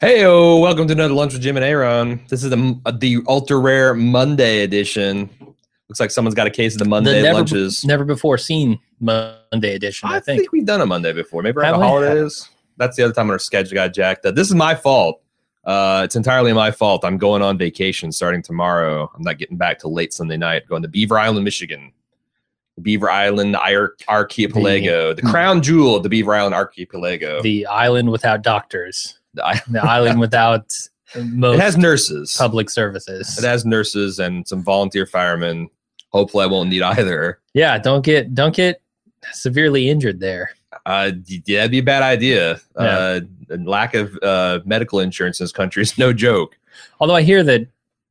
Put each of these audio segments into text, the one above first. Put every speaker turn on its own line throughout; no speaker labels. Hey, welcome to another lunch with Jim and Aaron. This is the uh, the ultra rare Monday edition. Looks like someone's got a case of the Monday
the never,
lunches.
never before seen Monday edition. I,
I think. we've done a Monday before. Maybe around
Have
the
we?
holidays. That's the other time on our schedule got jacked up. This is my fault. Uh, it's entirely my fault. I'm going on vacation starting tomorrow. I'm not getting back till late Sunday night. Going to Beaver Island, Michigan. Beaver Island Ar- Archipelago, the crown jewel of the Beaver Island Archipelago.
the island without doctors,
The i-
the island without most
it has nurses.
public services.
It has nurses and some volunteer firemen. Hopefully, I won't need either.
yeah, don't get don't get severely injured there.
Uh, d- yeah, that'd be a bad idea. Uh,
Yeah.
and lack of uh, medical insurance in this country is no joke.
Although I hear that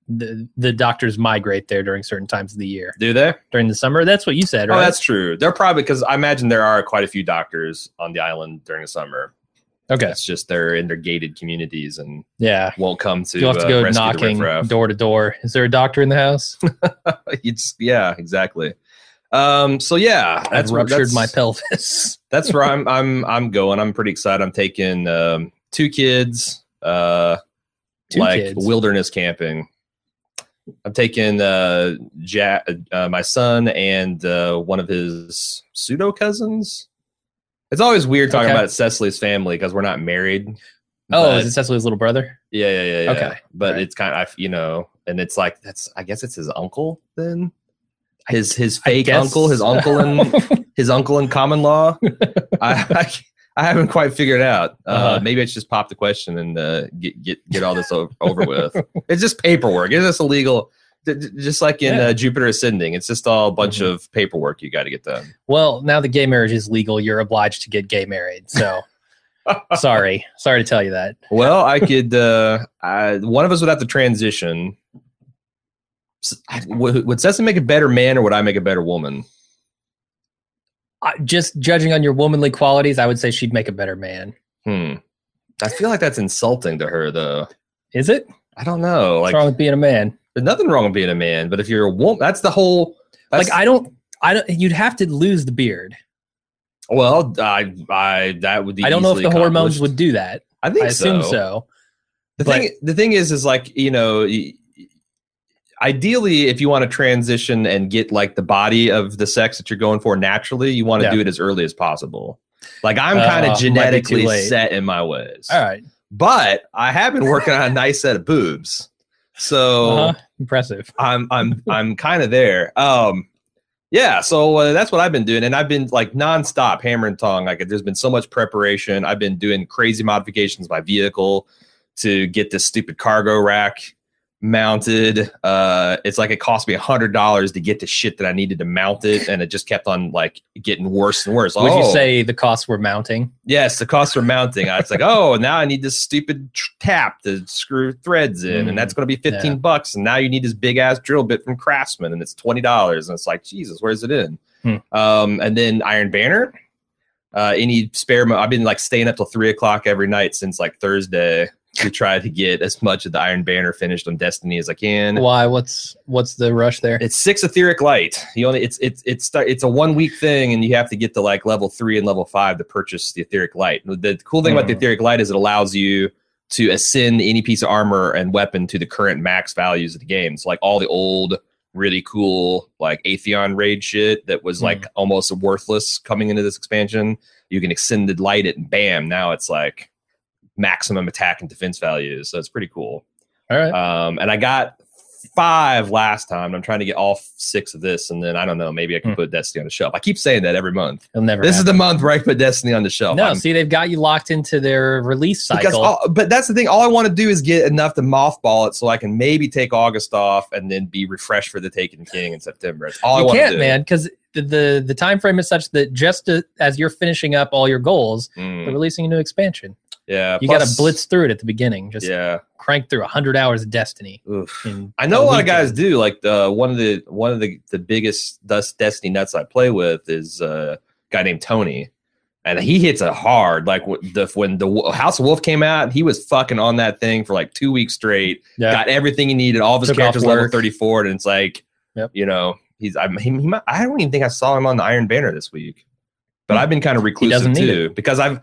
the the doctors migrate there during certain times of the year
Do they?
during the summer. That's what you said,
Oh,
right?
that's true. They're probably because I imagine there are quite a few doctors on the island during the summer.
okay.
It's just they're in their gated communities and
Yeah.
won't come to.
You'll have to
uh,
go
rescue the
knocking
riffraff.
door to door. Is there a doctor in the house?
You just- yeah, exactly. Um, so yeah,
I've
that's what-
ruptured
that's-
my pelvis.
that's where I'm I'm I'm going. I'm pretty excited. I'm taking um, two kids, uh,
Two
like
kids?
wilderness camping. I'm taking uh, ja- uh, my son and uh, one of his pseudo cousins. It's always weird talking
Okay.
about Cecily's family because we're not married.
Oh,
but-
is it Cecily's little brother?
yeah, yeah, yeah, yeah.
Okay.
But
Right.
it's kind of you know, and it's like that's I guess it's his uncle then. His his fake
guess.
uncle, his uncle and his uncle in common law. I, I I haven't quite figured it out. Uh,
Uh-huh.
Maybe it's just pop the question and uh, get get get all this over, over with. It's just paperwork. It's just illegal. D- d- Just like in
Yeah.
uh, Jupiter Ascending, it's just all a bunch
Mhm.
of paperwork you got to get done.
Well, now that gay marriage is legal, you're obliged to get gay married. So sorry. Sorry to tell you that.
Well, I could. Uh, I, one of us would have to transition. S- Would, would Sessa make a better man, or would I make a better woman?
I, just judging on your womanly qualities, I would say she'd make a better man.
Hmm. I feel like that's insulting to her, though.
Is it?
I don't know. Like,
What's wrong with being a man?
there's nothing wrong with being a man, but if you're a woman, that's the whole. That's,
Like I don't I don't you'd have to lose the beard.
Well, I, I that would be.
I don't know if
easily
the hormones
accomplished.
would do that.
I
I
think
assume
so.
so.
The
but-
thing, the thing is, is like you know, y- y- ideally, if you want to transition and get like the body of the sex that you're going for naturally, you want to
Yeah.
do it as early as possible. Like I'm
Uh,
kind
might
of
be too
genetically
late.
set in my ways,
All right.
but I have been working on a nice set of boobs, so.
Uh-huh. Impressive.
I'm I'm I'm kind of there. Um, yeah. So uh, that's what I've been doing, and I've been like nonstop hammer and tong. Like there's been so much preparation. I've been doing crazy modifications to my vehicle to get this stupid cargo rack mounted. Uh, it's like it cost me a hundred dollars to get the shit that I needed to mount it, and it just kept on like getting worse and worse.
Would you
Oh.
say the costs were mounting?
Yes, the costs are mounting. I was like, oh, now I need this stupid tr- tap to screw threads in, and
Mm,
that's going to be 15
yeah.
bucks. And now you need this big ass drill bit from Craftsman, and it's $20. And it's like, Jesus, where's it in?
Hmm.
Um, and then Iron Banner, uh, any spare, mo- I've been like staying up till three o'clock every night since like Thursday to try to get as much of the Iron Banner finished on Destiny as I can.
Why? What's what's the rush there?
It's six etheric light. You only it's it's it's sta- it's a one week thing, and you have to get to like level three and level five to purchase the etheric light. The cool thing about the
Hmm.
etheric light is it allows you to ascend any piece of armor and weapon to the current max values of the game. So like all the old really cool like Atheon raid shit that
Hmm.
was like almost worthless coming into this expansion. You can extended light it, and bam! Now it's like maximum attack and defense values. So it's pretty cool.
All right.
Um, and I got five last time. and I'm trying to get all six of this, and then I don't know. Maybe I can
Hmm.
put Destiny on the shelf. I keep saying that every month.
It'll never
This is
happen.
the month where I put Destiny on the shelf.
No,
I'm-
see they've got you locked into their release cycle.
because all, but that's the thing. All I want to do is get enough to mothball it, so I can maybe take August off and then be refreshed for the Taken King in September. It's all I
you
want
can't,
to do.
man, because the, the the time frame is such that just to, as you're finishing up all your goals,
Mm,
they're releasing a new expansion.
yeah,
You got
plus-
to blitz through it at the beginning. Just
Yeah,
crank through hundred hours of Destiny.
oof.
in
I know a lot of
weekend.
guys do. Like uh, one of the one of the the biggest dust Destiny nuts I play with is uh, a guy named Tony, and he hits it hard. Like wh- the, when the Wo- House of Wolf came out, he was fucking on that thing for like two weeks straight.
Yeah.
Got everything he needed. All of his
Took off
characters level
work.
thirty four, and it's like,
Yep.
you know, he's I, he, he might, I don't even think I saw him on the Iron Banner this week, but I've been kind of reclusive
doesn't need
too because I've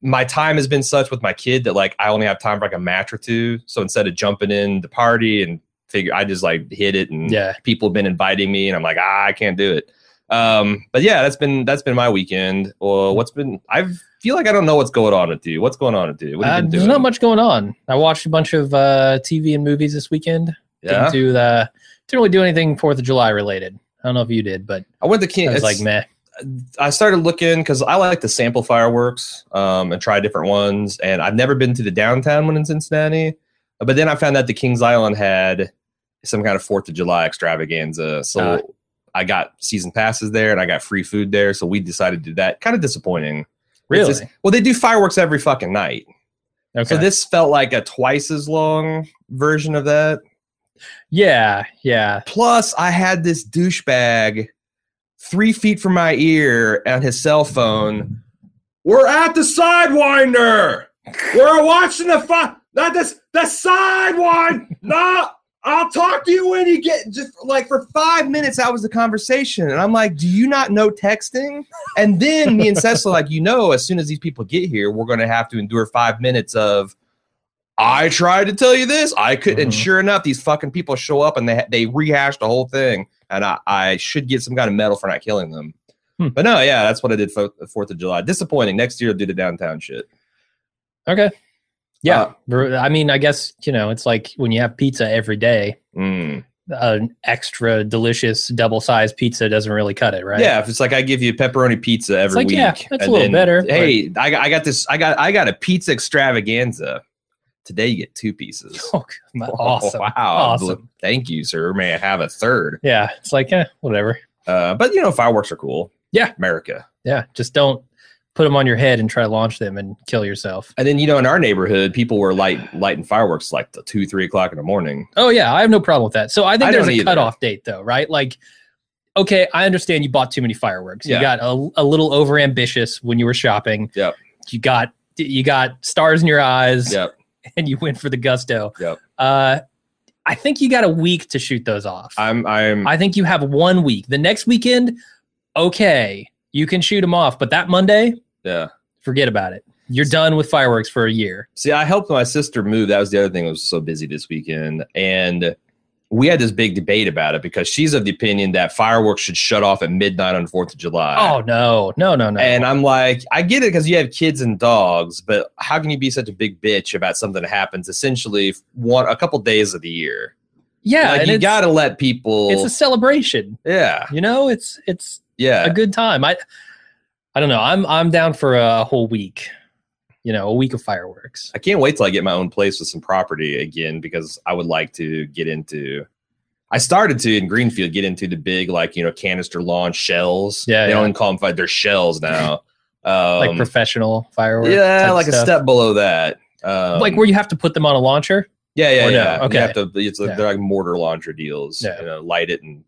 my time has been such with my kid that like I only have time for like a match or two. So instead of jumping in the party and figure, I just like hit it and
Yeah.
people have been inviting me and I'm like, ah, I can't do it. Um, but yeah, that's been that's been my weekend. Well, what's been? I feel like I don't know what's going on with you. What's going on with you? What
Uh,
have you been
there's
doing?
not much going on. I watched a bunch of uh, TV and movies this weekend.
yeah,
Didn't do the didn't really do anything Fourth of July related. I don't know if you did, but
I went to
I
King.
was like, meh.
I started looking because I like to sample fireworks um, and try different ones. And I've never been to the downtown one in Cincinnati, but then I found out the Kings Island had some kind of Fourth of July extravaganza. So
Ah.
I got season passes there and I got free food there. So we decided to do that. Kind of disappointing.
Really?
It's just- well, they do fireworks every fucking night.
Okay.
So this felt like a twice as long version of that.
yeah, yeah.
Plus, I had this douchebag three feet from my ear on his cell phone. We're at the Sidewinder. We're watching the fi- not this the Sidewind. No, I'll talk to you when you get just like for five minutes. That was the conversation, and I'm like, do you not know texting? And then me and Cecil, like, you know, as soon as these people get here, we're going to have to endure five minutes of. I tried to tell you this. I could, not and
Mhm.
sure enough, these fucking people show up and they they rehash the whole thing. And I, I should get some kind of medal for not killing them.
Hmm.
But no, yeah, that's what I did for the Fourth of July. Disappointing. Next year, I'll do the downtown shit.
Okay. Yeah.
Uh,
Bru- I mean, I guess, you know, it's like when you have pizza every day,
Mm.
an extra delicious double sized pizza doesn't really cut it, right?
Yeah, if it's like I give you pepperoni pizza every
like,
week,
yeah, that's a little better,
Hey, I got, I got this. I got I got a pizza extravaganza. Today, you get two pieces.
Oh, my- awesome.
Wow.
Awesome.
Thank you, sir. May I have a third?
Yeah. It's like, eh, whatever.
Uh, but you know, fireworks are cool.
Yeah.
America.
Yeah. Just don't put them on your head and try to launch them and kill yourself.
And then you know, in our neighborhood, people were light lighting fireworks like the two, three o'clock in the morning.
Oh, yeah. I have no problem with that. So I think
I
there's
don't
a
either.
cutoff date, though, right? Like, okay, I understand you bought too many fireworks.
Yeah.
You got a, a little over ambitious when you were shopping.
Yep.
You got. You got stars in your eyes.
Yep.
and you went for the gusto.
Yep.
Uh, I think you got a week to shoot those off. i
I'm I'm
think you have one week. The next weekend, okay, you can shoot them off, but that Monday,
yeah.
forget about it. You're done with fireworks for a year.
See, I helped my sister move. That was the other thing. I was so busy this weekend, and we had this big debate about it because she's of the opinion that fireworks should shut off at midnight on Fourth of July.
oh no, no, no, no.
And I'm like, I get it because you have kids and dogs, but how can you be such a big bitch about something that happens essentially one a couple days of the year?
yeah,
like
and
you
it's,
got to let people.
It's a celebration.
yeah,
You know, it's it's a
yeah.
good time. I I don't know. I'm I'm down for a whole week. You know, a week of fireworks.
I can't wait till I get my own place with some property again because I would like to get into. I started to in Greenfield get into the big like you know canister launch shells.
Yeah,
they
yeah.
don't call them fire; they're shells now. Um,
like professional fireworks.
yeah,
type
like a
stuff.
step below that. Um,
like where you have to put them on a launcher.
yeah, yeah,
or no,
yeah. You
okay.
have to. It's like,
Yeah.
They're like mortar launcher deals.
Yeah.
You know, light it and.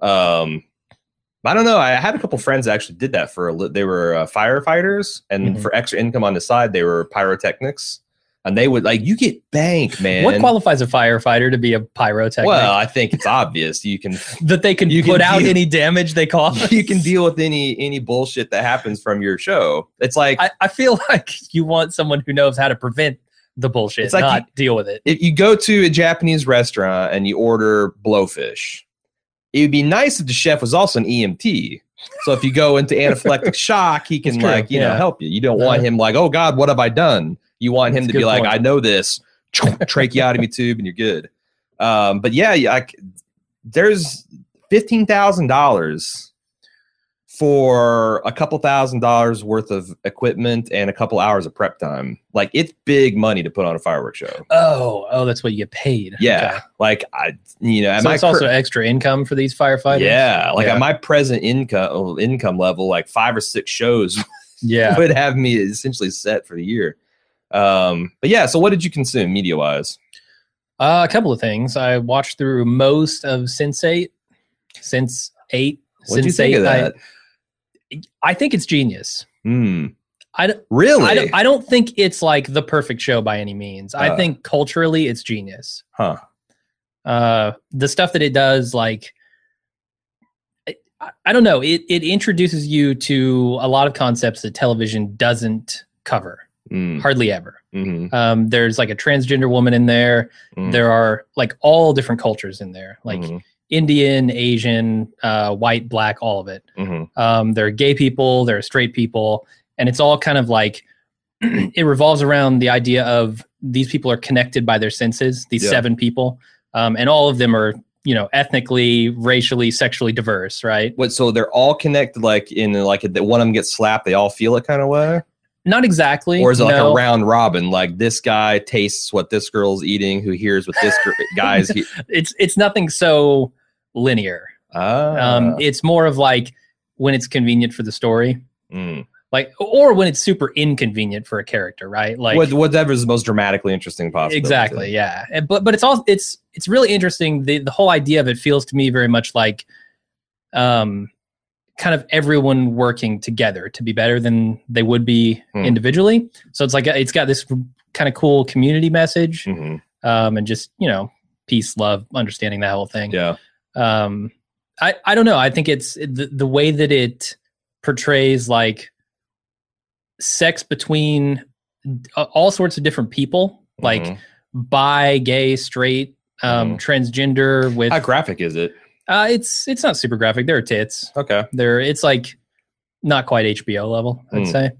Um, I don't know. I had a couple friends that actually did that for a. li- They were uh, firefighters, and
Mhm.
for extra income on the side, they were pyrotechnics, and they would like you get bank man.
What qualifies a firefighter to be a pyrotechnic?
Well, I think it's obvious. You can
that they can
you
put
can
out
deal-
any damage they cause.
you can deal with any any bullshit that happens from your show. It's like
I, I feel like you want someone who knows how to prevent the bullshit,
It's like
not deal with it.
if you go to a Japanese restaurant and you order blowfish, it would be nice if the chef was also an EMT. So if you go into anaphylactic shock, he can
That's true,
like you know
yeah.
help you. You don't want him like, oh God, what have I done? You want him
That's
to
a
be
good
like,
point.
I know this tracheotomy tube, and you're good. Um, but yeah, yeah, I c there's fifteen thousand dollars for a couple thousand dollars worth of equipment and a couple hours of prep time. Like it's big money to put on a fireworks show.
Oh, oh, that's what you get paid.
Yeah,
Okay.
like I, you know, at
So
my
it's also
cur-
extra income for these firefighters.
yeah, like
Yeah.
at my present income income level, like five or six shows
Yeah.
would have me essentially set for the year. Um, but yeah, so what did you consume media wise?
Uh, a couple of things. I watched through most of Sense Eight. Since Eight.
What did you
Sense
think of
Eight. I,
that?
I think it's genius.
Hmm.
I, d-
Really?
I, don't, I don't think it's like the perfect show by any means. I
Uh.
think culturally it's genius.
huh.
uh the stuff that it does like I, I don't know it it introduces you to a lot of concepts that television doesn't cover.
Mm,
Hardly ever.
mhm,
Um, there's like a transgender woman in there.
mm,
There are like all different cultures in there, like
mhm,
Indian, Asian, uh, white, black, all of it.
mhm,
Um, there are gay people, there are straight people, and it's all kind of like it revolves around the idea of these people are connected by their senses, these
Yeah.
seven people, um, and all of them are, you know, ethnically, racially, sexually diverse, right?
What? So they're all connected, like in like that one of them gets slapped, they all feel it kind of way,
Not exactly.
or is it like
no.
a round robin? Like this guy tastes what this girl's eating, who hears what this gr- guy's. He-
It's it's nothing so linear.
ah,
Um, it's more of like when it's convenient for the story,
mm.
like or when it's super inconvenient for a character, right? Like
what, whatever is the most dramatically interesting possible.
exactly yeah And- but but it's all it's it's really interesting the the whole idea of it feels to me very much like um kind of everyone working together to be better than they would be
Hmm.
individually so it's like uh, it's got this kind of cool community message
hmm
um and just you know peace love understanding that whole thing
Yeah.
um i i don't know i think it's the, the way that it portrays like sex between uh, all sorts of different people like
Mhm.
bi, gay, straight,
Mm-hmm.
um, transgender. With
how graphic is it?
uh, it's it's not super graphic. There are tits.
Okay.
There, it's like not quite HBO level, I'd
Mm.
say.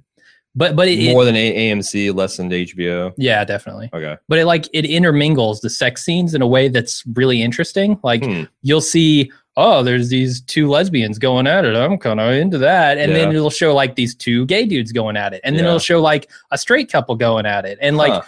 But but it, it-
More than a- AMC, less than HBO.
yeah, definitely.
Okay.
But it like it intermingles the sex scenes in a way that's really interesting. Like
Hmm.
you'll see, oh, there's these two lesbians going at it. I'm kind of into that, and then
Yeah.
it'll show like these two gay dudes going at it, and then
Yeah.
it'll show like a straight couple going at it, and like
Huh.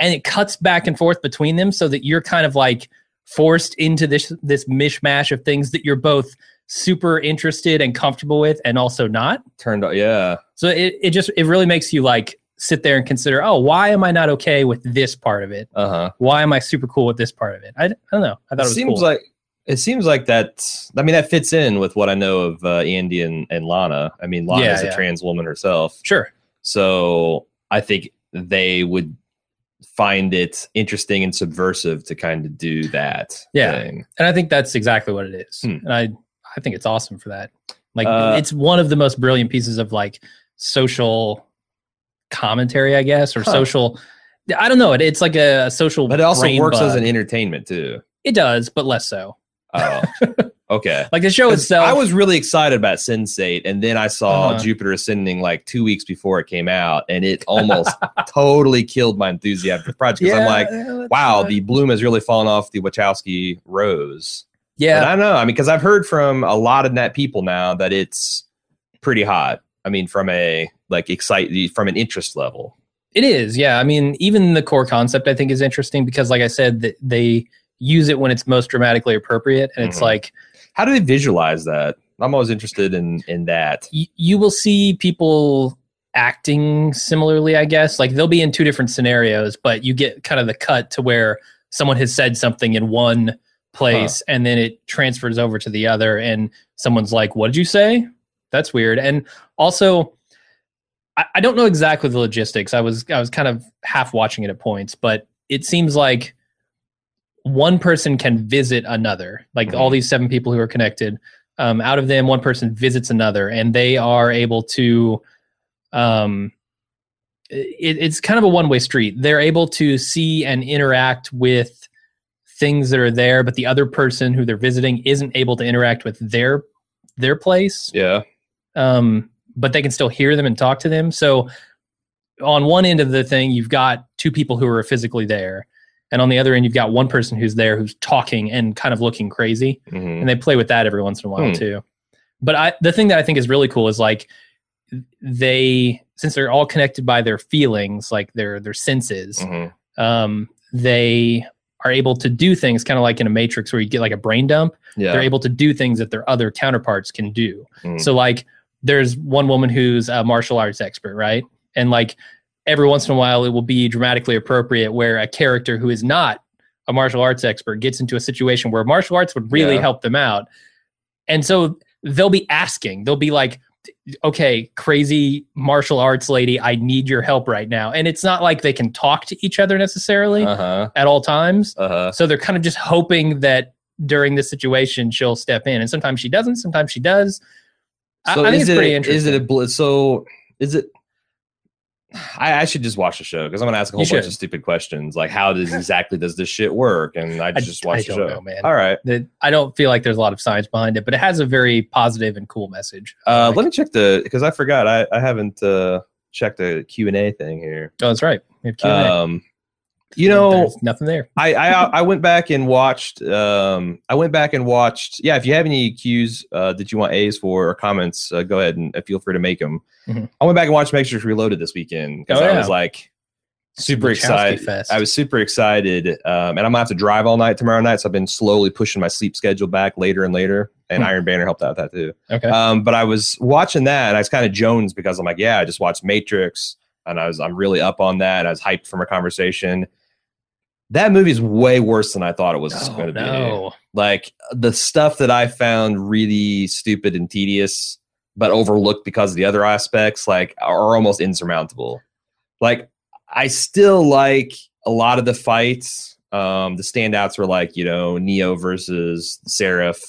and it cuts back and forth between them so that you're kind of like forced into this this mishmash of things that you're both super interested and comfortable with and also not
turned on. Yeah.
so it, it just it really makes you like sit there and consider oh why am i not okay with this part of it
Uh huh.
why am i super cool with this part of it i, d- I don't know i thought it,
It
was
seems
cool.
like it seems like that. I mean, that fits in with what I know of uh, Andy and, and Lana. I mean, Lana
Yeah,
is a
yeah.
trans woman herself,
sure
so I think they would find it interesting and subversive to kind of do that.
Yeah.
thing.
and i think that's exactly what it is
Hmm.
and i i think it's awesome for that like
Uh,
it's one of the most brilliant pieces of like social commentary i guess or
Huh.
social i don't know it it's like a, a social
But it also
brain
works as
bug.
an entertainment too.
it does but less so
Oh, okay.
like the show
'Cause
itself
I was really excited about Sensate, and then I saw
Uh-huh.
Jupiter Ascending like two weeks before it came out, and it almost totally killed my enthusiasm for the project. Because I'm like, wow, the bloom has really fallen off the Wachowski rose. Yeah.
yeah
I know. I mean, because I've heard from a lot of net people now that it's pretty hot. I mean, from a like excite from an interest level.
it is yeah i mean even the core concept i think is interesting because like i said that they use it when it's most dramatically appropriate and it's
Mhm.
like
How do they visualize that? I'm always interested in in that.
y- you will see people acting similarly, I guess. Like they'll be in two different scenarios, but you get kind of the cut to where someone has said something in one place and then it transfers over to the other, and someone's like, What did you say? That's weird. And also, I, I don't know exactly the logistics. I was I was kind of half watching it at points, but it seems like one person can visit another, like all these seven people who are connected. Um, out of them, one person visits another, and they are able to. Um, it, it's kind of a one way street. They're able to see and interact with things that are there, but the other person who they're visiting isn't able to interact with their their place
Yeah.
um, but they can still hear them and talk to them. So on one end of the thing, you've got two people who are physically there, and on the other end, you've got one person who's there who's talking and kind of looking crazy.
Mhm.
And they play with that every once in a while
Hmm.
too. But I, the thing that I think is really cool is like they, since they're all connected by their feelings, like their their senses,
Mhm.
um, they are able to do things kind of like in a matrix where you get like a brain dump
Yeah.
they're able to do things that their other counterparts can do.
Mm.
So like there's one woman who's a martial arts expert, right? And like every once in a while it will be dramatically appropriate where a character who is not a martial arts expert gets into a situation where martial arts would really
Yeah.
help them out. And so they'll be asking, they'll be like okay, crazy martial arts lady, I need your help right now. And it's not like they can talk to each other necessarily
Uh huh.
at all times.
Uh huh.
So they're kind of just hoping that during this situation she'll step in, and sometimes she doesn't, sometimes she does. I- I, think
is
it's
it
pretty
a-
interesting.
Is it a bl- so? Is it I, I should just watch the show because I'm gonna ask a whole
You
bunch
should.
of stupid questions, like how does exactly does this shit work? And I
I
just watch
I
the
don't
show.
know, man.
All right,
That I don't feel like there's a lot of science behind it, but it has a very positive and cool message.
uh,
Like-
let me check the because I forgot I, I haven't uh, checked the Q and A thing here.
oh, that's right. We have Q&A.
Um, you know,
There's nothing there.
I, I I went back and watched. Um, I went back and watched. Yeah, if you have any cues uh, that you want A's for or comments, uh, go ahead and uh, feel free to make them.
Mhm.
I went back and watched Make Sure It's Reloaded this weekend because
Oh,
I
yeah.
was like super
Wachowski
excited.
Fest.
I was super excited, um, and I'm gonna have to drive all night tomorrow night, so I've been slowly pushing my sleep schedule back later and later. And
Hmm.
Iron Banner helped out with that too.
okay.
Um, but I was watching that and I was kind of Jones because I'm like, yeah, I just watched Matrix and I was I'm really up on that. and I was hyped from a conversation. That movie's way worse than I thought it was
Oh,
going to be.
no.
Like the stuff that I found really stupid and tedious, but overlooked because of the other aspects, like are almost insurmountable. Like I still like a lot of the fights. Um, the standouts were like you know Neo versus Seraph,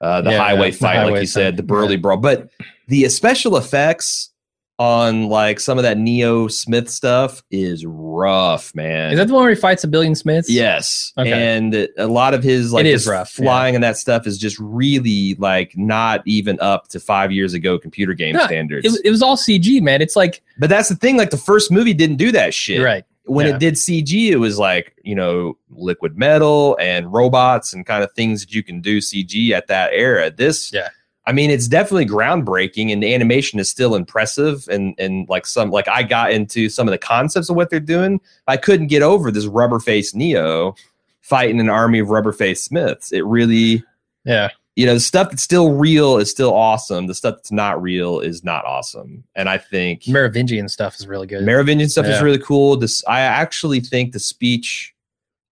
uh, the
Yeah,
highway
the
fight, like
highway
you said,
fight,
the burly brawl. But the special effects on like some of that Neo Smith stuff is rough, man.
Is that the one where he fights a billion Smiths?
Yes,
Okay.
and a lot of his like
It is
his
rough, yeah.
flying and that stuff is just really like not even up to five years ago computer game
No,
standards.
It, it was all CG, man. It's like
but that's the thing, like the first movie didn't do that shit
you're right.
when
Yeah.
it did CG, it was like, you know, liquid metal and robots and kind of things that you can do CG at that era. This,
Yeah.
I mean, it's definitely groundbreaking and the animation is still impressive. And, and like some, like I got into some of the concepts of what they're doing. I couldn't get over this rubber face Neo fighting an army of rubber face Smiths. It really,
Yeah.
you know, the stuff that's still real is still awesome. The stuff that's not real is not awesome. And I think
Merovingian stuff is really good.
Merovingian stuff is
Yeah.
really cool. This I actually think the speech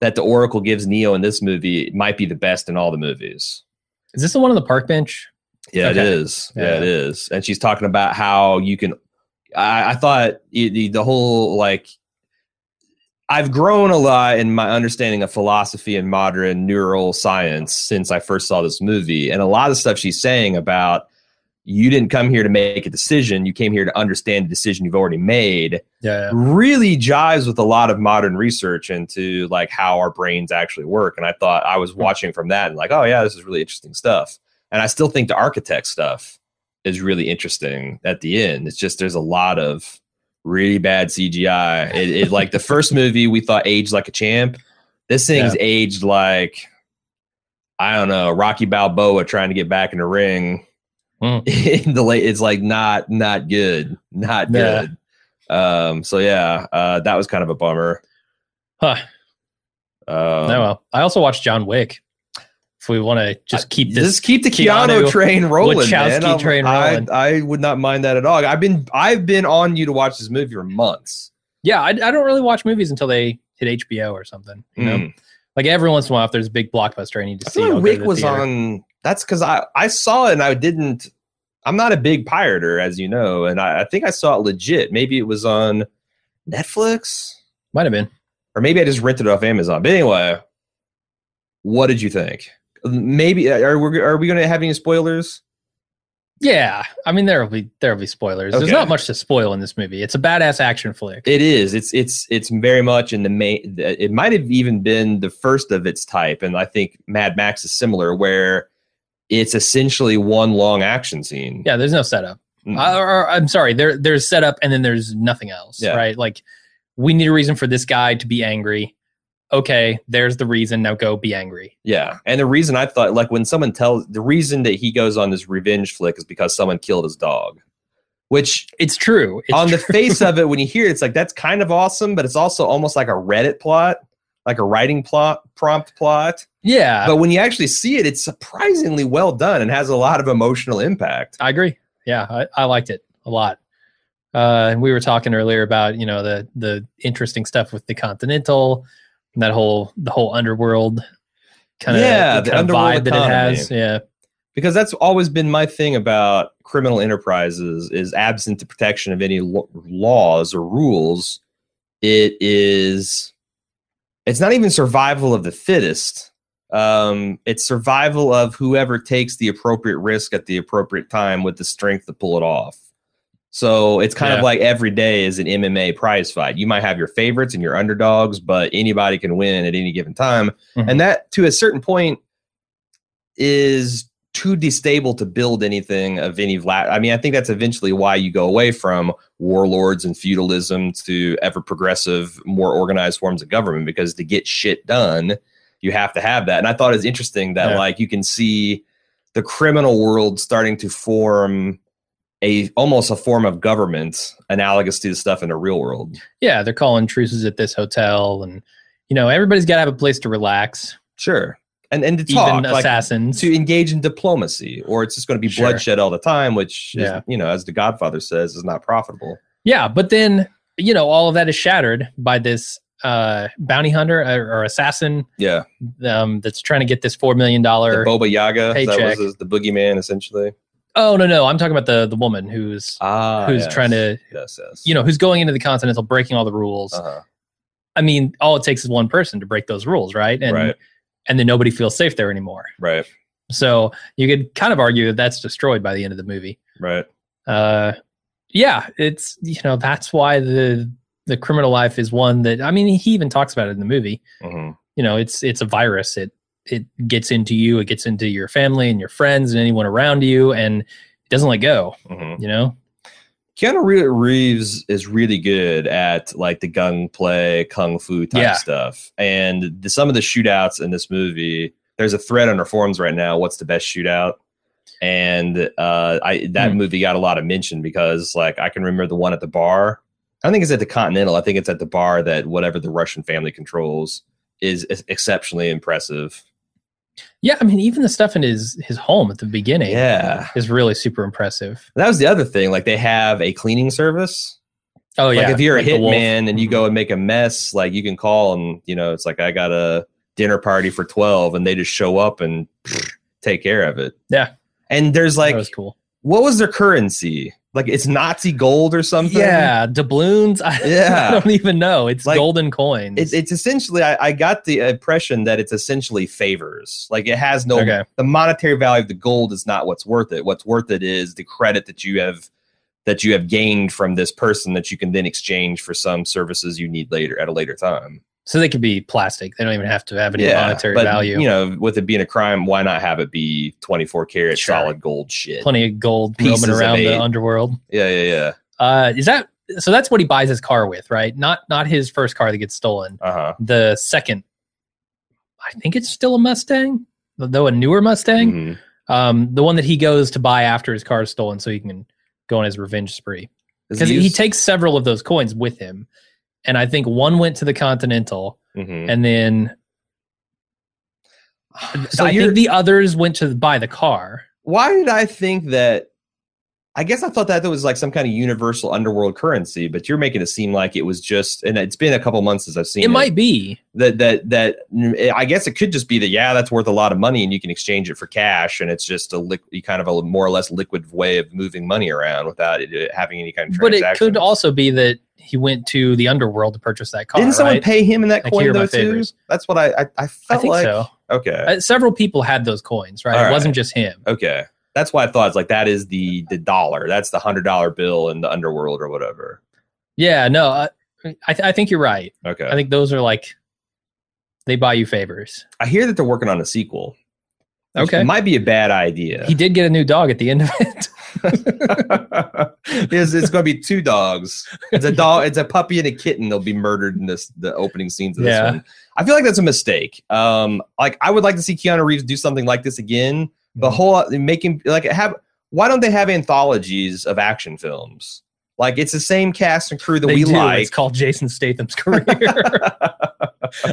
that the Oracle gives Neo in this movie might be the best in all the movies.
is this the one on the park bench?
Yeah, it
Okay.
is. Yeah. it
Yeah.
is. And she's talking about how you can. I, I thought it, the, the whole like. I've grown a lot in my understanding of philosophy and modern neural science since I first saw this movie. And a lot of stuff she's saying about you didn't come here to make a decision, you came here to understand the decision you've already made
Yeah.
really jives with a lot of modern research into like how our brains actually work. And I thought I was watching from that and like, oh yeah, this is really interesting stuff. And I still think the architect stuff is really interesting at the end. It's just there's a lot of really bad CGI. It, it like the first movie we thought aged like a champ. This thing's aged like I don't know, Rocky Balboa trying to get back in the ring.
Mm.
in the late, it's like not not good, not
Yeah.
good. Um, so yeah, uh, that was kind of a bummer.
Huh.
Um,
no. Oh, Well, I also watched John Wick. If we want to just keep this,
just keep the Keanu,
Keanu
train rolling, man.
Wachowski
I'm-
train
I,
rolling.
I would not mind that at all. I've been I've been on you to watch this movie for months.
yeah, I, I don't really watch movies until they hit HBO or something. You know,
Mm.
like every once in a while, if there's a big blockbuster I need to
I
see,
feel
I'll
like
go to
Wick
the
was
theater.
on. That's because I I saw it and I didn't. I'm not a big pirater, as you know, and I, I think I saw it legit. Maybe it was on Netflix,
Might have been.
or maybe I just rented it off Amazon. But anyway, what did you think? Maybe uh, are we are we going to have any spoilers?
Yeah, I mean there will be there will be spoilers.
Okay.
There's not much to spoil in this movie. It's a badass action flick.
It is. It's it's it's very much in the main. It might have even been the first of its type, and I think Mad Max is similar, where it's essentially one long action scene.
yeah, there's no setup.
Mm.
I, or, or- I'm sorry, there there's setup and then there's nothing else.
Yeah.
Right? Like we need a reason for this guy to be angry. Okay, there's the reason. Now go be angry.
Yeah. And the reason I thought, like, when someone tells the reason that he goes on this revenge flick is because someone killed his dog, which
It's true. It's
on the
tr-
face of it, when you hear it, it's like, that's kind of awesome, but it's also almost like a Reddit plot, like a writing plot, prompt plot.
yeah,
But when you actually see it, it's surprisingly well done and has a lot of emotional impact.
I agree. Yeah, I, I liked it a lot. Uh, and we were talking earlier about you know the the interesting stuff with the Continental and that whole the whole underworld kind of
Yeah, the underworld
vibe that it has. Yeah,
Because that's always been my thing about criminal enterprises is absent the protection of any lo- laws or rules. It is it's not even survival of the fittest. Um, it's survival of whoever takes the appropriate risk at the appropriate time with the strength to pull it off. So it's kind
Yeah.
of like every day is an MMA prize fight. You might have your favorites and your underdogs, but anybody can win at any given time.
Mhm.
And that to a certain point is too destable to build anything of any la- I mean, I think that's eventually why you go away from warlords and feudalism to ever progressive, more organized forms of government because to get shit done, you have to have that. And I thought it was interesting that
Yeah.
like you can see the criminal world starting to form a almost a form of government analogous to the stuff in the real world.
Yeah, they're calling truces at this hotel, and you know everybody's got to have a place to relax.
Sure. And and to talk
Even
like,
assassins.
to engage in diplomacy, or it's just going to be
Sure.
bloodshed all the time, which is,
Yeah.
you know, as the Godfather says, is not profitable.
yeah, but then you know all of that is shattered by this uh, bounty hunter or, or assassin
Yeah.
um, that's trying to get this four million
The
dollar.
Boba Yaga, is that
paycheck.
was his, the boogeyman essentially.
oh no, no, I'm talking about the the woman who's
Ah,
who's trying to
yes, yes.
you know who's going into the continental breaking all the rules.
uh-huh.
I mean, all it takes is one person to break those rules, right? And
right,
and then nobody feels safe there anymore.
right,
So you could kind of argue that that's destroyed by the end of the movie.
right.
Uh, yeah, it's you know that's why the the criminal life is one that I mean he even talks about it in the movie.
hmm
You know, it's it's a virus. It it gets into you. It gets into your family and your friends and anyone around you, and it doesn't let go.
hmm
You know,
Keanu Re- Reeves is really good at like the gunplay, kung fu type
Yeah.
stuff, and the, some of the shootouts in this movie. There's a thread on our forums right now. What's the best shootout? And uh, I that
Hmm.
movie got a lot of mention because like I can remember the one at the bar. I think it's at the Continental. I think it's at the bar that whatever the Russian family controls is ex- exceptionally impressive.
yeah. I mean, even the stuff in his his home at the beginning,
Yeah.
is really super impressive.
That was the other thing. Like they have a cleaning service.
Oh yeah,
like if you're a
the wolf.
hitman and you go and make a mess, like you can call and you know it's like I got a dinner party for twelve, and they just show up and take care of it.
Yeah.
and there's like
that was cool.
what was their currency? Like it's Nazi gold or something.
Yeah, doubloons. I,
Yeah.
I don't even know. It's
Like,
golden coins.
It's, it's essentially I, I got the impression that it's essentially favors like it has no
Okay.
the monetary value of the gold is not what's worth it what's worth it is the credit that you have that you have gained from this person that you can then exchange for some services you need later at a later time
so they could be plastic. They don't even have to have any monetary
but,
value.
You know, with it being a crime, why not have it be 24 karat
Sure.
solid gold shit?
Plenty of gold
Pieces
roaming
of
around
eight.
the underworld.
Yeah, yeah, yeah.
Uh, is that so? That's what he buys his car with, right? Not not his first car that gets stolen.
Uh huh.
The second, I think it's still a Mustang, though a newer Mustang.
Mm-hmm.
Um, the one that he goes to buy after his car is stolen, so he can go on his revenge spree. because he takes several of those coins with him, and I think one went to the Continental,
hmm
and then
So
I
you're-
think the others went to buy the car.
why did I think that? I guess I thought that there was like some kind of universal underworld currency, but you're making it seem like it was just. And it's been a couple months since I've seen it.
It might be,
that that that I guess it could just be that yeah, that's worth a lot of money, and you can exchange it for cash, and it's just a liquid, kind of a more or less liquid way of moving money around without it having any kind of.
but it could
transactions.
also be that he went to the underworld to purchase that car.
Didn't someone
right?
pay him in that
Like,
coin
here are my
though too?
favors.
That's what I I, I
I
felt
think
like.
so.
Okay,
Uh, several people had those coins, right?
All
It wasn't just him.
okay. That's why I thought it's like that is the the dollar. That's the hundred dollar bill in the underworld or whatever.
Yeah, no, I, I, th- I think you're right.
Okay,
I think those are like they buy you favors.
I hear that they're working on a sequel. which
Okay,
might be a bad idea.
he did get a new dog at the end of it.
it's it's going to be two dogs. It's a dog. It's a puppy and a kitten. They'll be murdered in this the opening scenes of this
Yeah.
one. I feel like that's a mistake. Um, like I would like to see Keanu Reeves do something like this again. The
Mhm.
whole making like have why don't they have anthologies of action films? Like it's the same cast and crew that
They
we
do.
like,
It's called Jason Statham's career.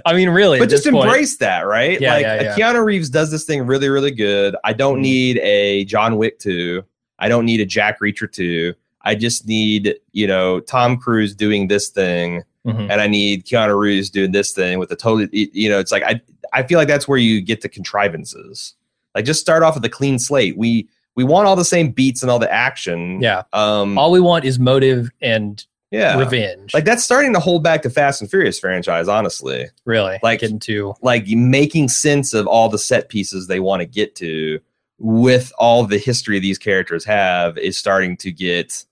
I mean, really,
but
at
just
this point-
embrace that, right?
Yeah,
like
yeah, yeah.
Keanu Reeves does this thing really, really good. I don't
Mhm.
need a John Wick two. I don't need a Jack Reacher two. I just need you know Tom Cruise doing this thing,
Mhm.
and I need Keanu Reeves doing this thing with a totally you know. It's like I I feel like that's where you get the contrivances. Like just start off with a clean slate. We we want all the same beats and all the action.
Yeah,
Um.
all we want is motive and
yeah.
revenge.
Like that's starting to hold back the Fast and Furious franchise, honestly.
really,
like-
getting to
like making sense of all the set pieces they want to get to with all the history these characters have is starting to get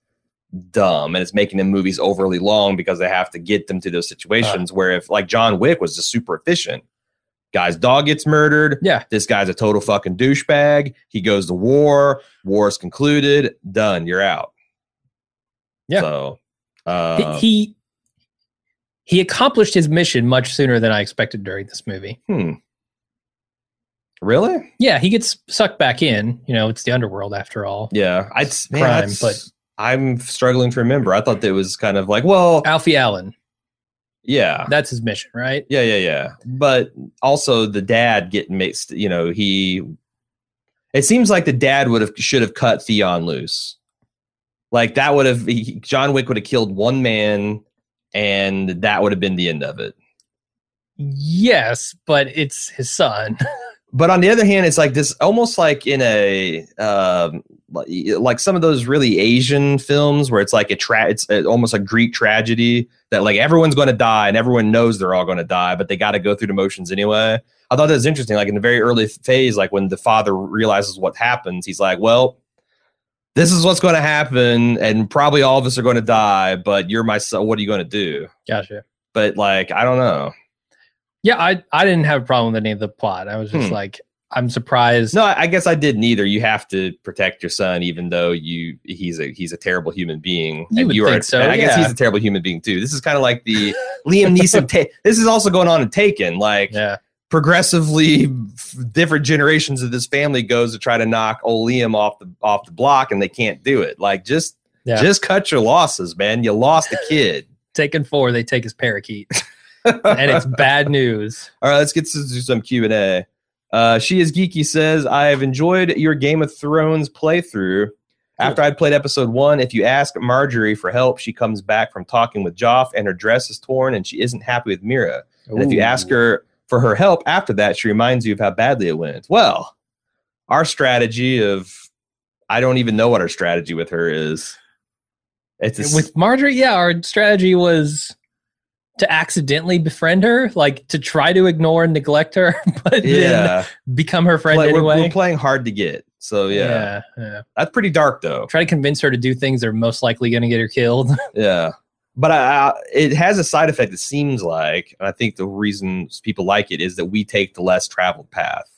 dumb and it's making the movies overly long because they have to get them to those situations
Uh.
where if like John Wick was just super efficient. Guy's dog gets murdered.
Yeah.
This guy's a total fucking douchebag. He goes to war. War's concluded. Done. You're out.
Yeah.
So
He-
uh,
he he accomplished his mission much sooner than I expected during this movie.
hmm. Really?
Yeah, he gets sucked back in. You know, it's the underworld after all.
Yeah. I man,
Crime,
that's-
but-
I'm struggling to remember. I thought that was kind of like, well,
Alfie Allen,
yeah.
that's his mission, right?
Yeah, yeah, yeah. But also the dad getting mixed, you know, he it seems like the dad would have should have cut Theon loose. Like that would have he, John Wick would have killed one man and that would have been the end of it.
Yes, but it's his son.
But on the other hand, it's like this almost like in a um like- like some of those really Asian films where it's like a tra- it's uh, almost a Greek tragedy that like everyone's going to die and everyone knows they're all going to die, but they got to go through the motions anyway. I thought that was interesting. Like in the very early phase, like when the father realizes what happens, he's like, "Well, this is what's going to happen, and probably all of us are going to die, but you're my son. What are you going to do?"
Gotcha.
But like, I don't know.
Yeah, I I didn't have a problem with any of the plot. I was just
Hmm.
like, I'm surprised.
No, I guess I did neither. You have to protect your son, even though you he's a he's a terrible human being.
You would think so,
and I guess
yeah.
he's a terrible human being too. This is kind of like the Liam Neeson. Ta- this is also going on in Taken. Like
Yeah,
progressively, f- different generations of this family goes to try to knock old Liam off the off the block, and they can't do it. Like just
Yeah.
just cut your losses, man. You lost a kid.
taken four, they take his parakeet, and it's bad news.
All right, let's get to do some Q and A. Uh, she is geeky says, "I have enjoyed your Game of Thrones playthrough. After I played episode one, if you ask Marjorie for help, she comes back from talking with Joff, and her dress is torn, and she isn't happy with Mira. And if you ask her for her help after that, she reminds you of how badly it went. Well, our strategy of I don't even know what our strategy with her is. It's a s-
with Marjorie, yeah, our strategy was to accidentally befriend her, like to try to ignore and neglect her, but then
yeah,
become her friend
Like, we're-
anyway.
we're, playing hard to get. So yeah,
yeah, yeah.
that's pretty dark though.
Try to convince her to do things that are most likely going to get her killed.
Yeah. But I, I, it has a side effect, it seems like. And I think the reason people like it is that we take the less traveled path.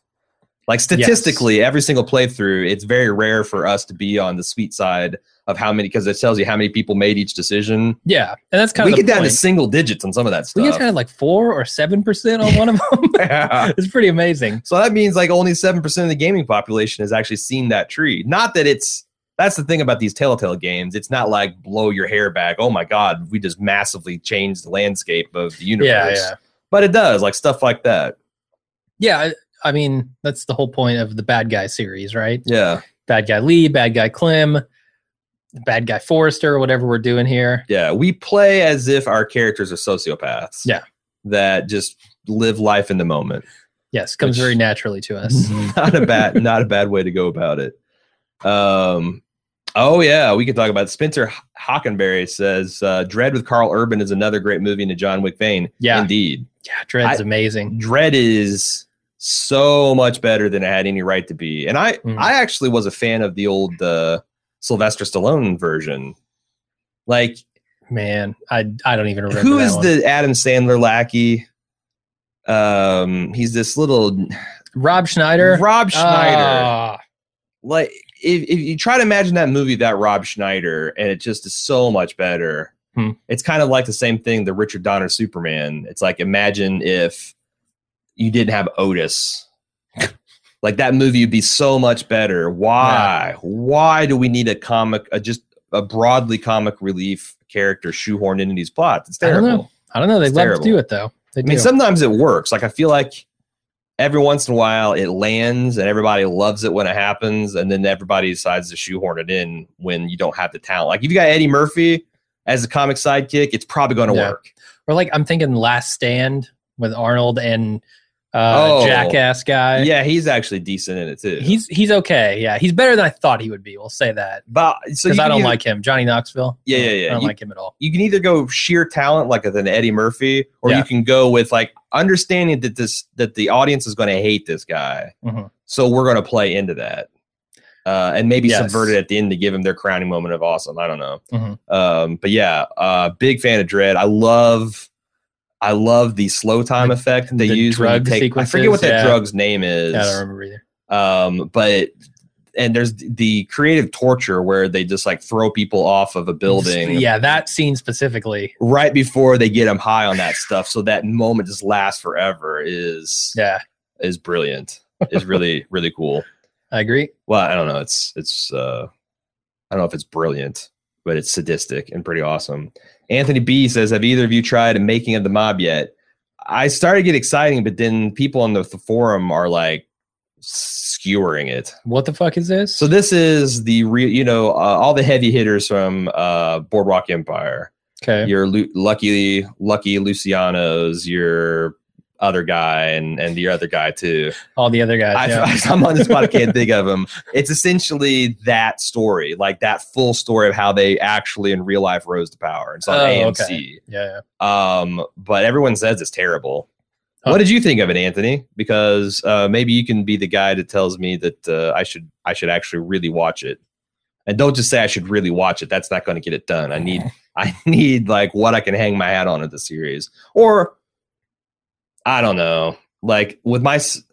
Like statistically, every single playthrough, it's very rare for us to be on the sweet side of how many, because it tells you how many people made each decision.
yeah, and that's kind
We
of the
get down to
point.
single digits on some of that
we
stuff. Ah.
get kind of like four or seven percent on one of them. it's pretty amazing.
So that means like only 7% of the gaming population has actually seen that tree. Not that it's that's the thing about these Telltale games. It's not like blow your hair back. Oh my God, we just massively changed the landscape of the universe.
Yeah, yeah,
But it does, like stuff like that.
yeah. I, I mean, that's the whole point of the bad guy series, right?
Yeah,
Bad guy Lee, bad guy Clem, bad guy Forrester, whatever we're doing here.
yeah. We play as if our characters are sociopaths.
Yeah.
That just live life in the moment.
Yes, comes
Which-
very naturally to us.
not a bad not a bad way to go about it. Um oh yeah, we could talk about it. Spencer H- Hockenberry says uh, Dread with Carl Urban is another great movie in the John Wick vein.
Yeah.
Indeed.
Yeah, Dread's
I-
amazing.
Dread is so much better than it had any right to be. And I
Mhm.
I actually was a fan of the old uh, Sylvester Stallone version. Like
Man, I I don't even remember.
who
that
is
one.
the Adam Sandler lackey? Um he's this little
Rob Schneider? Oh,
Rob Schneider.
Ah,
like if, if you try to imagine that movie without Rob Schneider, and it just is so much better.
Hmm.
It's kind of like the same thing the Richard Donner Superman. It's like imagine if you didn't have Otis. like that movie would be so much better. Why? Why do we need a comic, a just a broadly comic relief character shoehorned into these plots? It's
I don't know.
terrible.
I don't know. They
It's
love
terrible.
to do it though. They
I mean,
do.
sometimes it works. Like I feel like every once in a while it lands and everybody loves it when it happens, and then everybody decides to shoehorn it in when you don't have the talent. Like if you got Eddie Murphy as a comic sidekick, it's probably going to
Yeah.
work.
or like I'm thinking Last Stand with Arnold and uh,
Oh.
Jackass guy.
yeah, he's actually decent in it too.
He's he's okay. Yeah, he's better than I thought he would be. We'll say that
but so
because
you
I
can
don't
either-
like him, Johnny Knoxville.
Yeah, yeah, yeah.
I don't
You-
like him at all.
you can either go sheer talent like with an Eddie Murphy, or
Yeah.
you can go with like understanding that this that the audience is going to hate this guy,
Mhm.
so we're going to play into that. uh, and maybe
Yes.
subverted at the end to give him their crowning moment of awesome. I don't know.
Mhm.
Um, but yeah, uh, big fan of Dread. I love, I love the slow time
The-
effect they
the
use. when you
drug
take, I forget what that
sequences, yeah.
drug's name is.
Yeah, I don't remember either.
um, but and there's the creative torture where they just like throw people off of a building.
Yeah, that scene specifically.
Right before they get them high on that stuff, so that moment just lasts forever. Is
Yeah,
is brilliant. Is really really cool.
I agree.
well i don't know it's it's uh i don't know if it's brilliant but it's sadistic and pretty awesome anthony b says have either of you tried a making of the mob yet i started to get exciting but then people on the, the forum are like skewering it
What the fuck is this?
so this is the real you know uh, all the heavy hitters from uh boardwalk empire
okay.
your Lu- lucky lucky lucianos your other guy and and the other guy too
All the other guys. yeah.
I, am on the spot. I can't think of them. It's essentially that story, like that full story of how they actually in real life rose to power. It's on
Oh,
AMC.
yeah, yeah.
Um, but everyone says it's terrible.
Huh.
What did you think of it, Anthony? Because uh, maybe you can be the guy that tells me that uh, I should I should actually really watch it, and don't just say I should really watch it. That's not going to get it done. I need I need like what I can hang my hat on at the series, or I don't know. Like with my, s-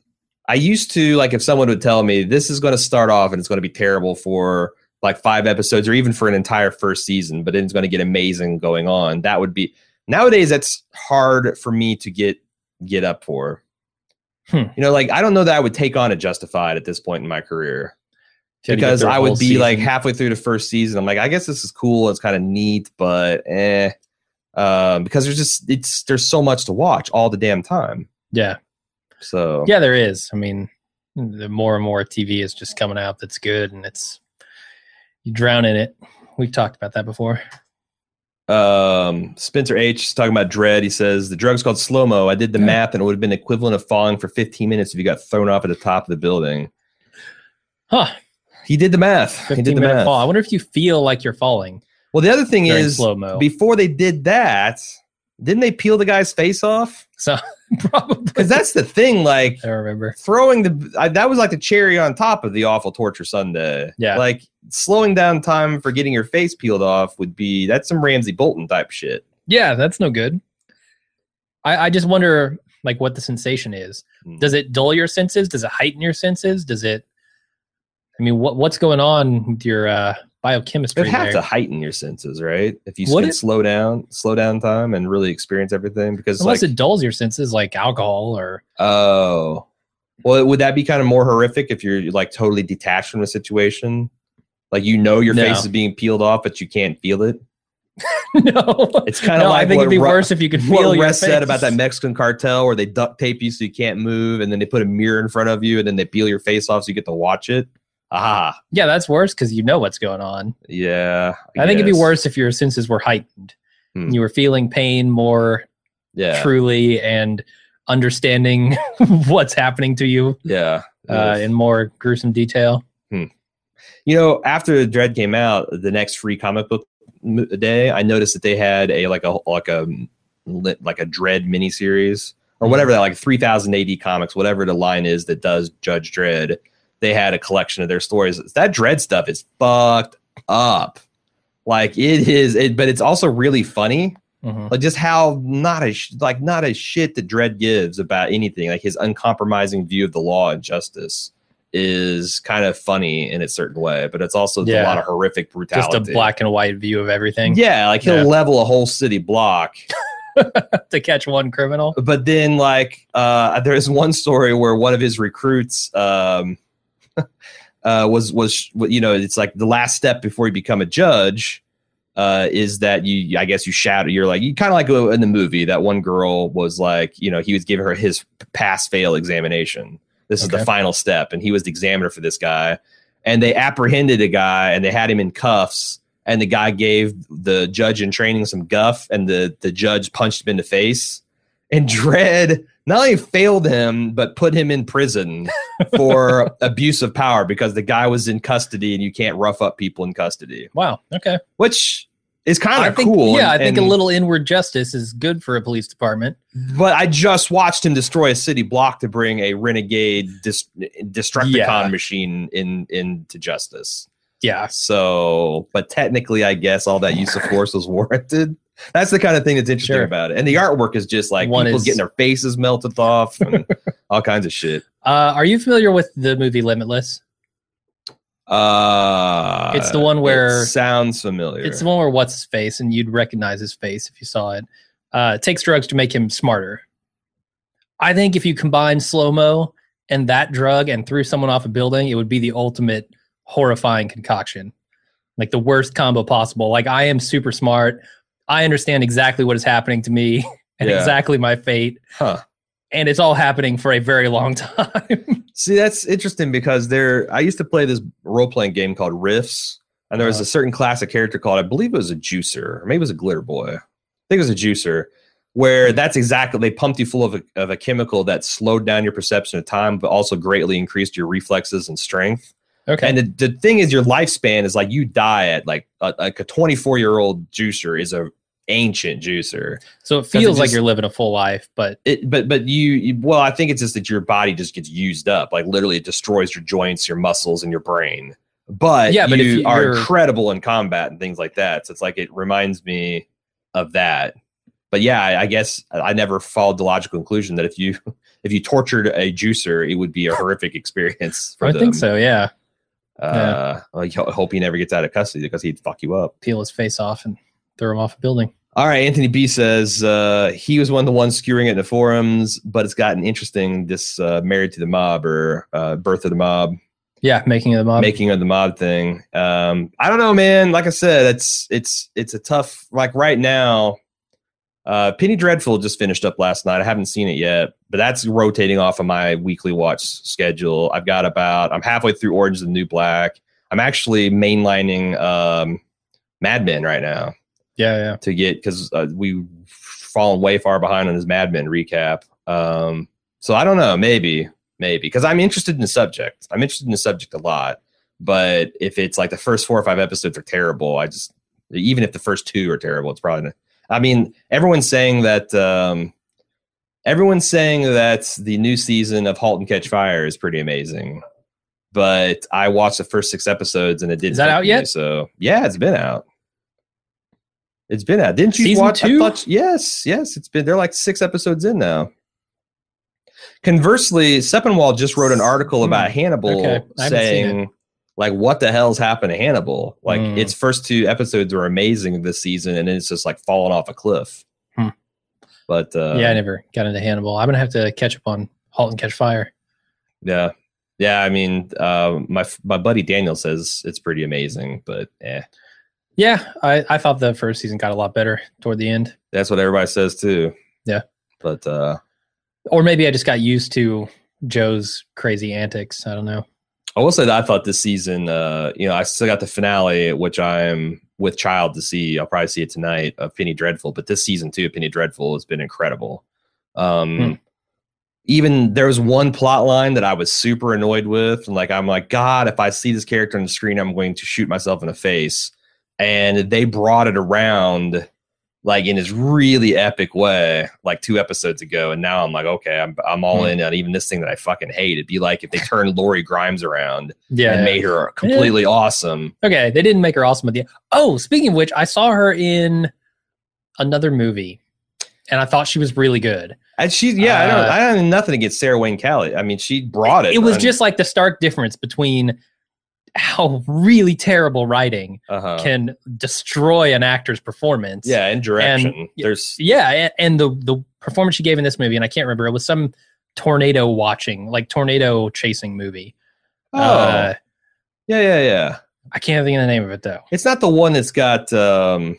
I used to like if someone would tell me this is going to start off and it's going to be terrible for like five episodes or even for an entire first season, but then it's going to get amazing going on. That would be nowadays. That's hard for me to get get up for.
Hmm.
You know, like I don't know that I would take on a Justified at this point in my career
You had to get
because
through a
I would
whole
be
season.
like halfway through the first season. I'm like, I guess this is cool. It's kind of neat, but eh. Um, because there's just it's there's so much to watch all the damn time.
yeah,
So
yeah, there is. I mean, the more and more TV is just coming out that's good, and it's you drown in it. We've talked about that before.
um Spencer H is talking about dread. He says the drug's called slow mo. I did the
Yeah.
math and it would have been equivalent of falling for 15 minutes if you got thrown off at the top of the building.
Huh?
He did the math. He
Fifteen
did the
minute
math.
fall. I wonder if you feel like you're falling
Well, the other thing
during
is
slow mo.
before they did that, didn't they peel the guy's face off?
so probably.
Because that's the thing, like
I don't remember.
throwing the I, that was like the cherry on top of the awful torture Sunday.
Yeah.
like slowing down time for getting your face peeled off would be that's some Ramsey Bolton type shit.
Yeah, that's no good. I, I just wonder like what the sensation is.
Mm.
Does it dull your senses? Does it heighten your senses? Does it I mean what what's going on with your uh
It'd
biochemistry
have
there?
to heighten your senses, right? If you
Would
can
it?
slow down, slow down time, and really experience everything, because it's
Unless
like
it dulls your senses like alcohol or
oh, well, would that be kind of more horrific if you're like totally detached from the situation? Like you know your
No.
face is being peeled off, but you can't feel it.
no.
It's kinda
No, I
like
think
what
it'd be
Ru-
worse if you could
what
feel your
Russ said about that
face.
Mexican cartel where they duct tape you so you can't move, and then they put a mirror in front of you, and then they peel your face off so you get to watch it. Ah,
Yeah, that's worse because you know what's going on.
yeah.
I, think it'd be
guess.
worse if your senses were heightened.
Hmm.
and You were feeling pain more
Yeah,
truly and understanding what's happening to you
yeah.
uh, in more gruesome detail.
you know, after Dread came out, the next free comic book m- day, I noticed that they had a like a like a lit- like a Dread miniseries or whatever that like three thousand AD comics, whatever the line is that does Judge Dread. They had a collection of their stories. That Dread stuff is fucked up. Like it is, it, but it's also really funny.
Mhm.
Like just how not a sh- like not a shit that Dread gives about anything. Like his uncompromising view of the law and justice is kind of funny in a certain way, but it's also a
Yeah.
lot of horrific
Just
brutality.
a black and white view of everything
Yeah, like he'll
Yeah.
level a whole city block
to catch one criminal.
but then like uh there's one story where one of his recruits um uh was was you know it's like the last step before you become a judge uh is that you i guess you shadow you're like you kind of like in the movie that one girl was like you know he was giving her his pass fail examination this is the
Okay.
final step and he was the examiner for this guy and they apprehended a guy and they had him in cuffs and the guy gave the judge in training some guff and the the judge punched him in the face and Dredd not only failed him, but put him in prison for abuse of power because the guy was in custody and you can't rough up people in custody.
Wow. Okay.
Which It's kind
I
of
think,
cool. and-
Yeah, I think
and-
a little inward justice is good for a police department.
But I just watched him destroy a city block to bring a renegade dis- Destructicon
Yeah.
machine in into justice.
Yeah,
So, but technically, I guess all that use of force was warranted. That's the kind of thing that's interesting
Sure.
about it. And the artwork is just like
One
people
is-
getting their faces melted off and all kinds of shit.
Uh, are you familiar with the movie Limitless?
Uh,
It's the one where-
it sounds familiar.
It's the one where what's his face, and you'd recognize his face if you saw it. Uh, takes drugs to make him smarter. I think if you combine slow mo and that drug and threw someone off a building, it would be the ultimate horrifying concoction, like the worst combo possible. Like I am super smart. I understand exactly what is happening to me and
Yeah.
exactly my fate.
Huh.
And it's all happening for a very long time.
See, that's interesting because there. I used to play this role playing game called Riffs, and there was
Uh-huh.
a certain class of character called, I believe it was a Juicer, or maybe it was a Glitter Boy. I think it was a Juicer,
Hmm.
where that's exactly they pumped you full of a, of a chemical that slowed down your perception of time, but also greatly increased your reflexes and strength.
okay.
And the, the thing is, your lifespan is like you die at like a, like a twenty four year old Juicer is a ancient Juicer.
so
it
it feels like
just-
you're living a full life, but
it but but you, you well i think it's just that your body just gets used up like literally it destroys your joints your muscles and your brain but
Yeah,
yeah
but
but
if
you
you-
are
you're-
incredible in combat and things like that so it's like it reminds me of that but yeah i, I guess i I never followed the logical conclusion that if you if you tortured a juicer it would be a horrific experience for
I
them.
think so. Yeah.
uh I ho- hope he never gets out of custody because he'd fuck you up
peel his face off and throw him off a building.
All right, Anthony B says uh, he was one of the ones skewering it in the forums, but it's gotten interesting. This uh, married to the mob or uh, birth of the mob,
Yeah, making them up.
making of the mob thing. Um, I don't know, man. Like I said, it's it's it's a tough. Like right now, uh, Penny Dreadful just finished up last night. I haven't seen it yet, but that's rotating off of my weekly watch schedule. I've got about. I'm halfway through Orange is the New Black. I'm actually mainlining um, Mad Men right now
yeah, yeah.
to get because uh, we've fallen way far behind on his Mad Men recap. Um, so I don't know, maybe, maybe because I'm interested in the subject. I'm interested in the subject a lot, but if it's like the first four or five episodes are terrible, I just even if the first two are terrible, it's probably. Not, I mean, everyone's saying that. Um, everyone's saying that the new season of *Halt and Catch Fire* is pretty amazing. But I watched the first six episodes and it didn't.
Is that
hook
out
me,
yet?
So yeah, it's been out. It's been out. Didn't you
Season
watch? I
two?
thought- yes, yes. It's been. They're like six episodes in now. Conversely, Seppenwall just wrote an article
Hmm.
about Hannibal
Okay. I haven't seen
saying, like, what the hell's happened to Hannibal? Like,
Hmm.
its first two episodes were amazing this season, and then it's just like falling off a cliff.
Hmm.
But uh,
yeah, I never got into Hannibal. I'm gonna have to catch up on *Halt and Catch Fire*.
Yeah. Yeah, I mean, uh, my my buddy Daniel says it's pretty amazing, but eh,
Yeah, I, I thought the first season got a lot better toward the end,
that's what everybody says too.
Yeah.
but uh,
or maybe I just got used to Joe's crazy antics. I don't know.
I will say that I thought this season, uh, you know, I still got the finale, which I'm with child to see. I'll probably see it tonight of Penny Dreadful, but this season too, of Penny Dreadful has been incredible. Um,
Hmm.
Even there was one plot line that I was super annoyed with, and like I'm like, God, if I see this character on the screen, I'm going to shoot myself in the face. And they brought it around like in this really epic way, like two episodes ago, and now I'm like, okay, I'm I'm all
Hmm.
in on even this thing that I fucking hate. It'd be like if they turned Lori Grimes around
Yeah.
and made her completely awesome.
okay, they didn't make her awesome at the end. Oh, speaking of which, I saw her in another movie, and I thought she was really good.
And she, yeah, I don't,
Uh,
I don't have nothing against Sarah Wayne Callie. I mean, she brought it.
It was
on-
just like the stark difference between how really terrible writing
uh-huh.
can destroy an actor's performance.
yeah, and direction. There's
Yeah, a- and the the performance she gave in this movie, and I can't remember, it was some tornado watching, like tornado chasing movie.
oh
Uh,
yeah, yeah, yeah.
I can't think of the name of it though.
It's not the one that's got um,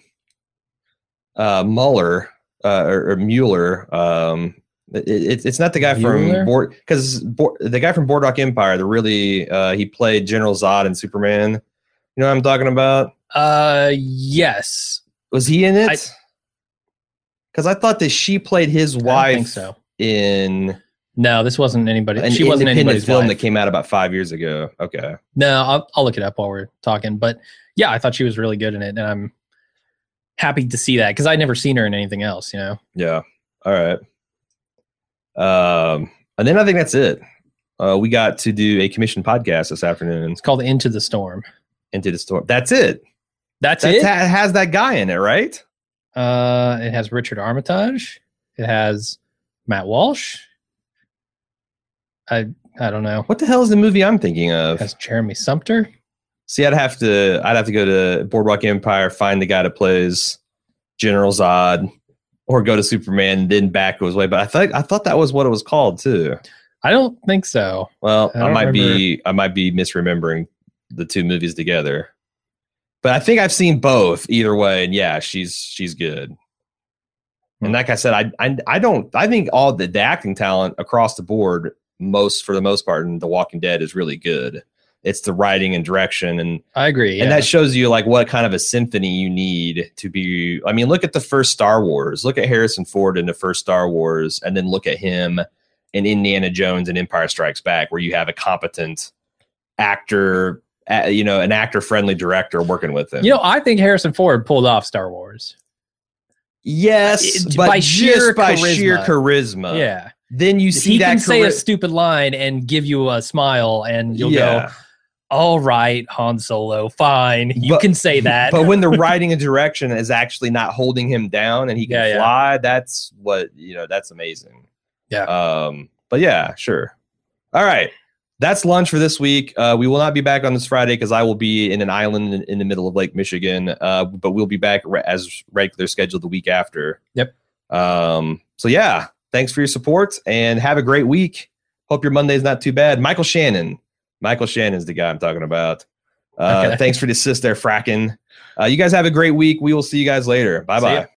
uh, Mueller uh, or, or Mueller. Um, it, it- it's not the guy
Mueller?
from board because Bo- the guy from Boardwalk Empire. The really uh, he played General Zod in Superman. You know what I'm talking about?
Uh, yes,
Was he in it? Because I, thought that she played his
I
wife
don't think so.
in
No, this wasn't anybody.
an
she wasn't
independent
anybody's
film
wife.
that came out about five years ago. Okay,
no, I'll, I'll look it up while we're talking. But yeah, I thought she was really good in it, and I'm happy to see that because I'd never seen her in anything else, you know.
Yeah. All right. Um, and then I think that's it. Uh, we got to do a commission podcast this afternoon
It's called Into the Storm.
into the storm. That's it.
That's,
That
it.
ha- has that guy in it, right?
uh, it has Richard Armitage. It has Matt Walsh. I I don't know.
What the hell is the movie I'm thinking
It
of?
has Jeremy Sumter.
See, I'd have to I'd have to go to Boardwalk Empire, find the guy that plays General Zod, or go to Superman, and then back his way. But I thought I thought that was what it was called too.
I don't think so.
Well,
I
I,
don't
might be I might be misremembering the two movies together. But I think I've seen both either way, and yeah, she's she's good. And
Hmm.
like I said, I, I I don't I think all the, the acting talent across the board, most for the most part, in The Walking Dead is really good. It's the writing and direction and
I agree.
and
yeah.
that shows you like what kind of a symphony you need to be i mean look at the first star wars look at harrison ford in the first star wars and then look at him in indiana jones and empire strikes back where you have a competent actor uh, you know an actor friendly director working with him
you know, I think Harrison Ford pulled off Star Wars.
yes
It-
but
by
by
sheer
sheer just by
charisma.
sheer charisma
yeah,
then you Uh, see
he
that
can say a
chari-
stupid line and give you a smile, and you'll go, "All right, Han Solo, fine, you
But-
can say that."
but when the writing and direction is actually not holding him down and he can
Yeah, yeah.
fly, that's what you know. That's amazing.
Yeah.
Um. But yeah, sure. All right. That's lunch for this week. Uh, we will not be back on this Friday because I will be in an island in, in the middle of Lake Michigan. Uh, but we'll be back re- as regular scheduled the week after.
Yep.
Um. So yeah, thanks for your support and have a great week. Hope your Monday's not too bad. Michael Shannon. Michael Shannon's the guy I'm talking about. Uh,
Okay.
Thanks for the assist there, fracking. Uh, you guys have a great week. We will see you guys later. Bye
See ya.
bye.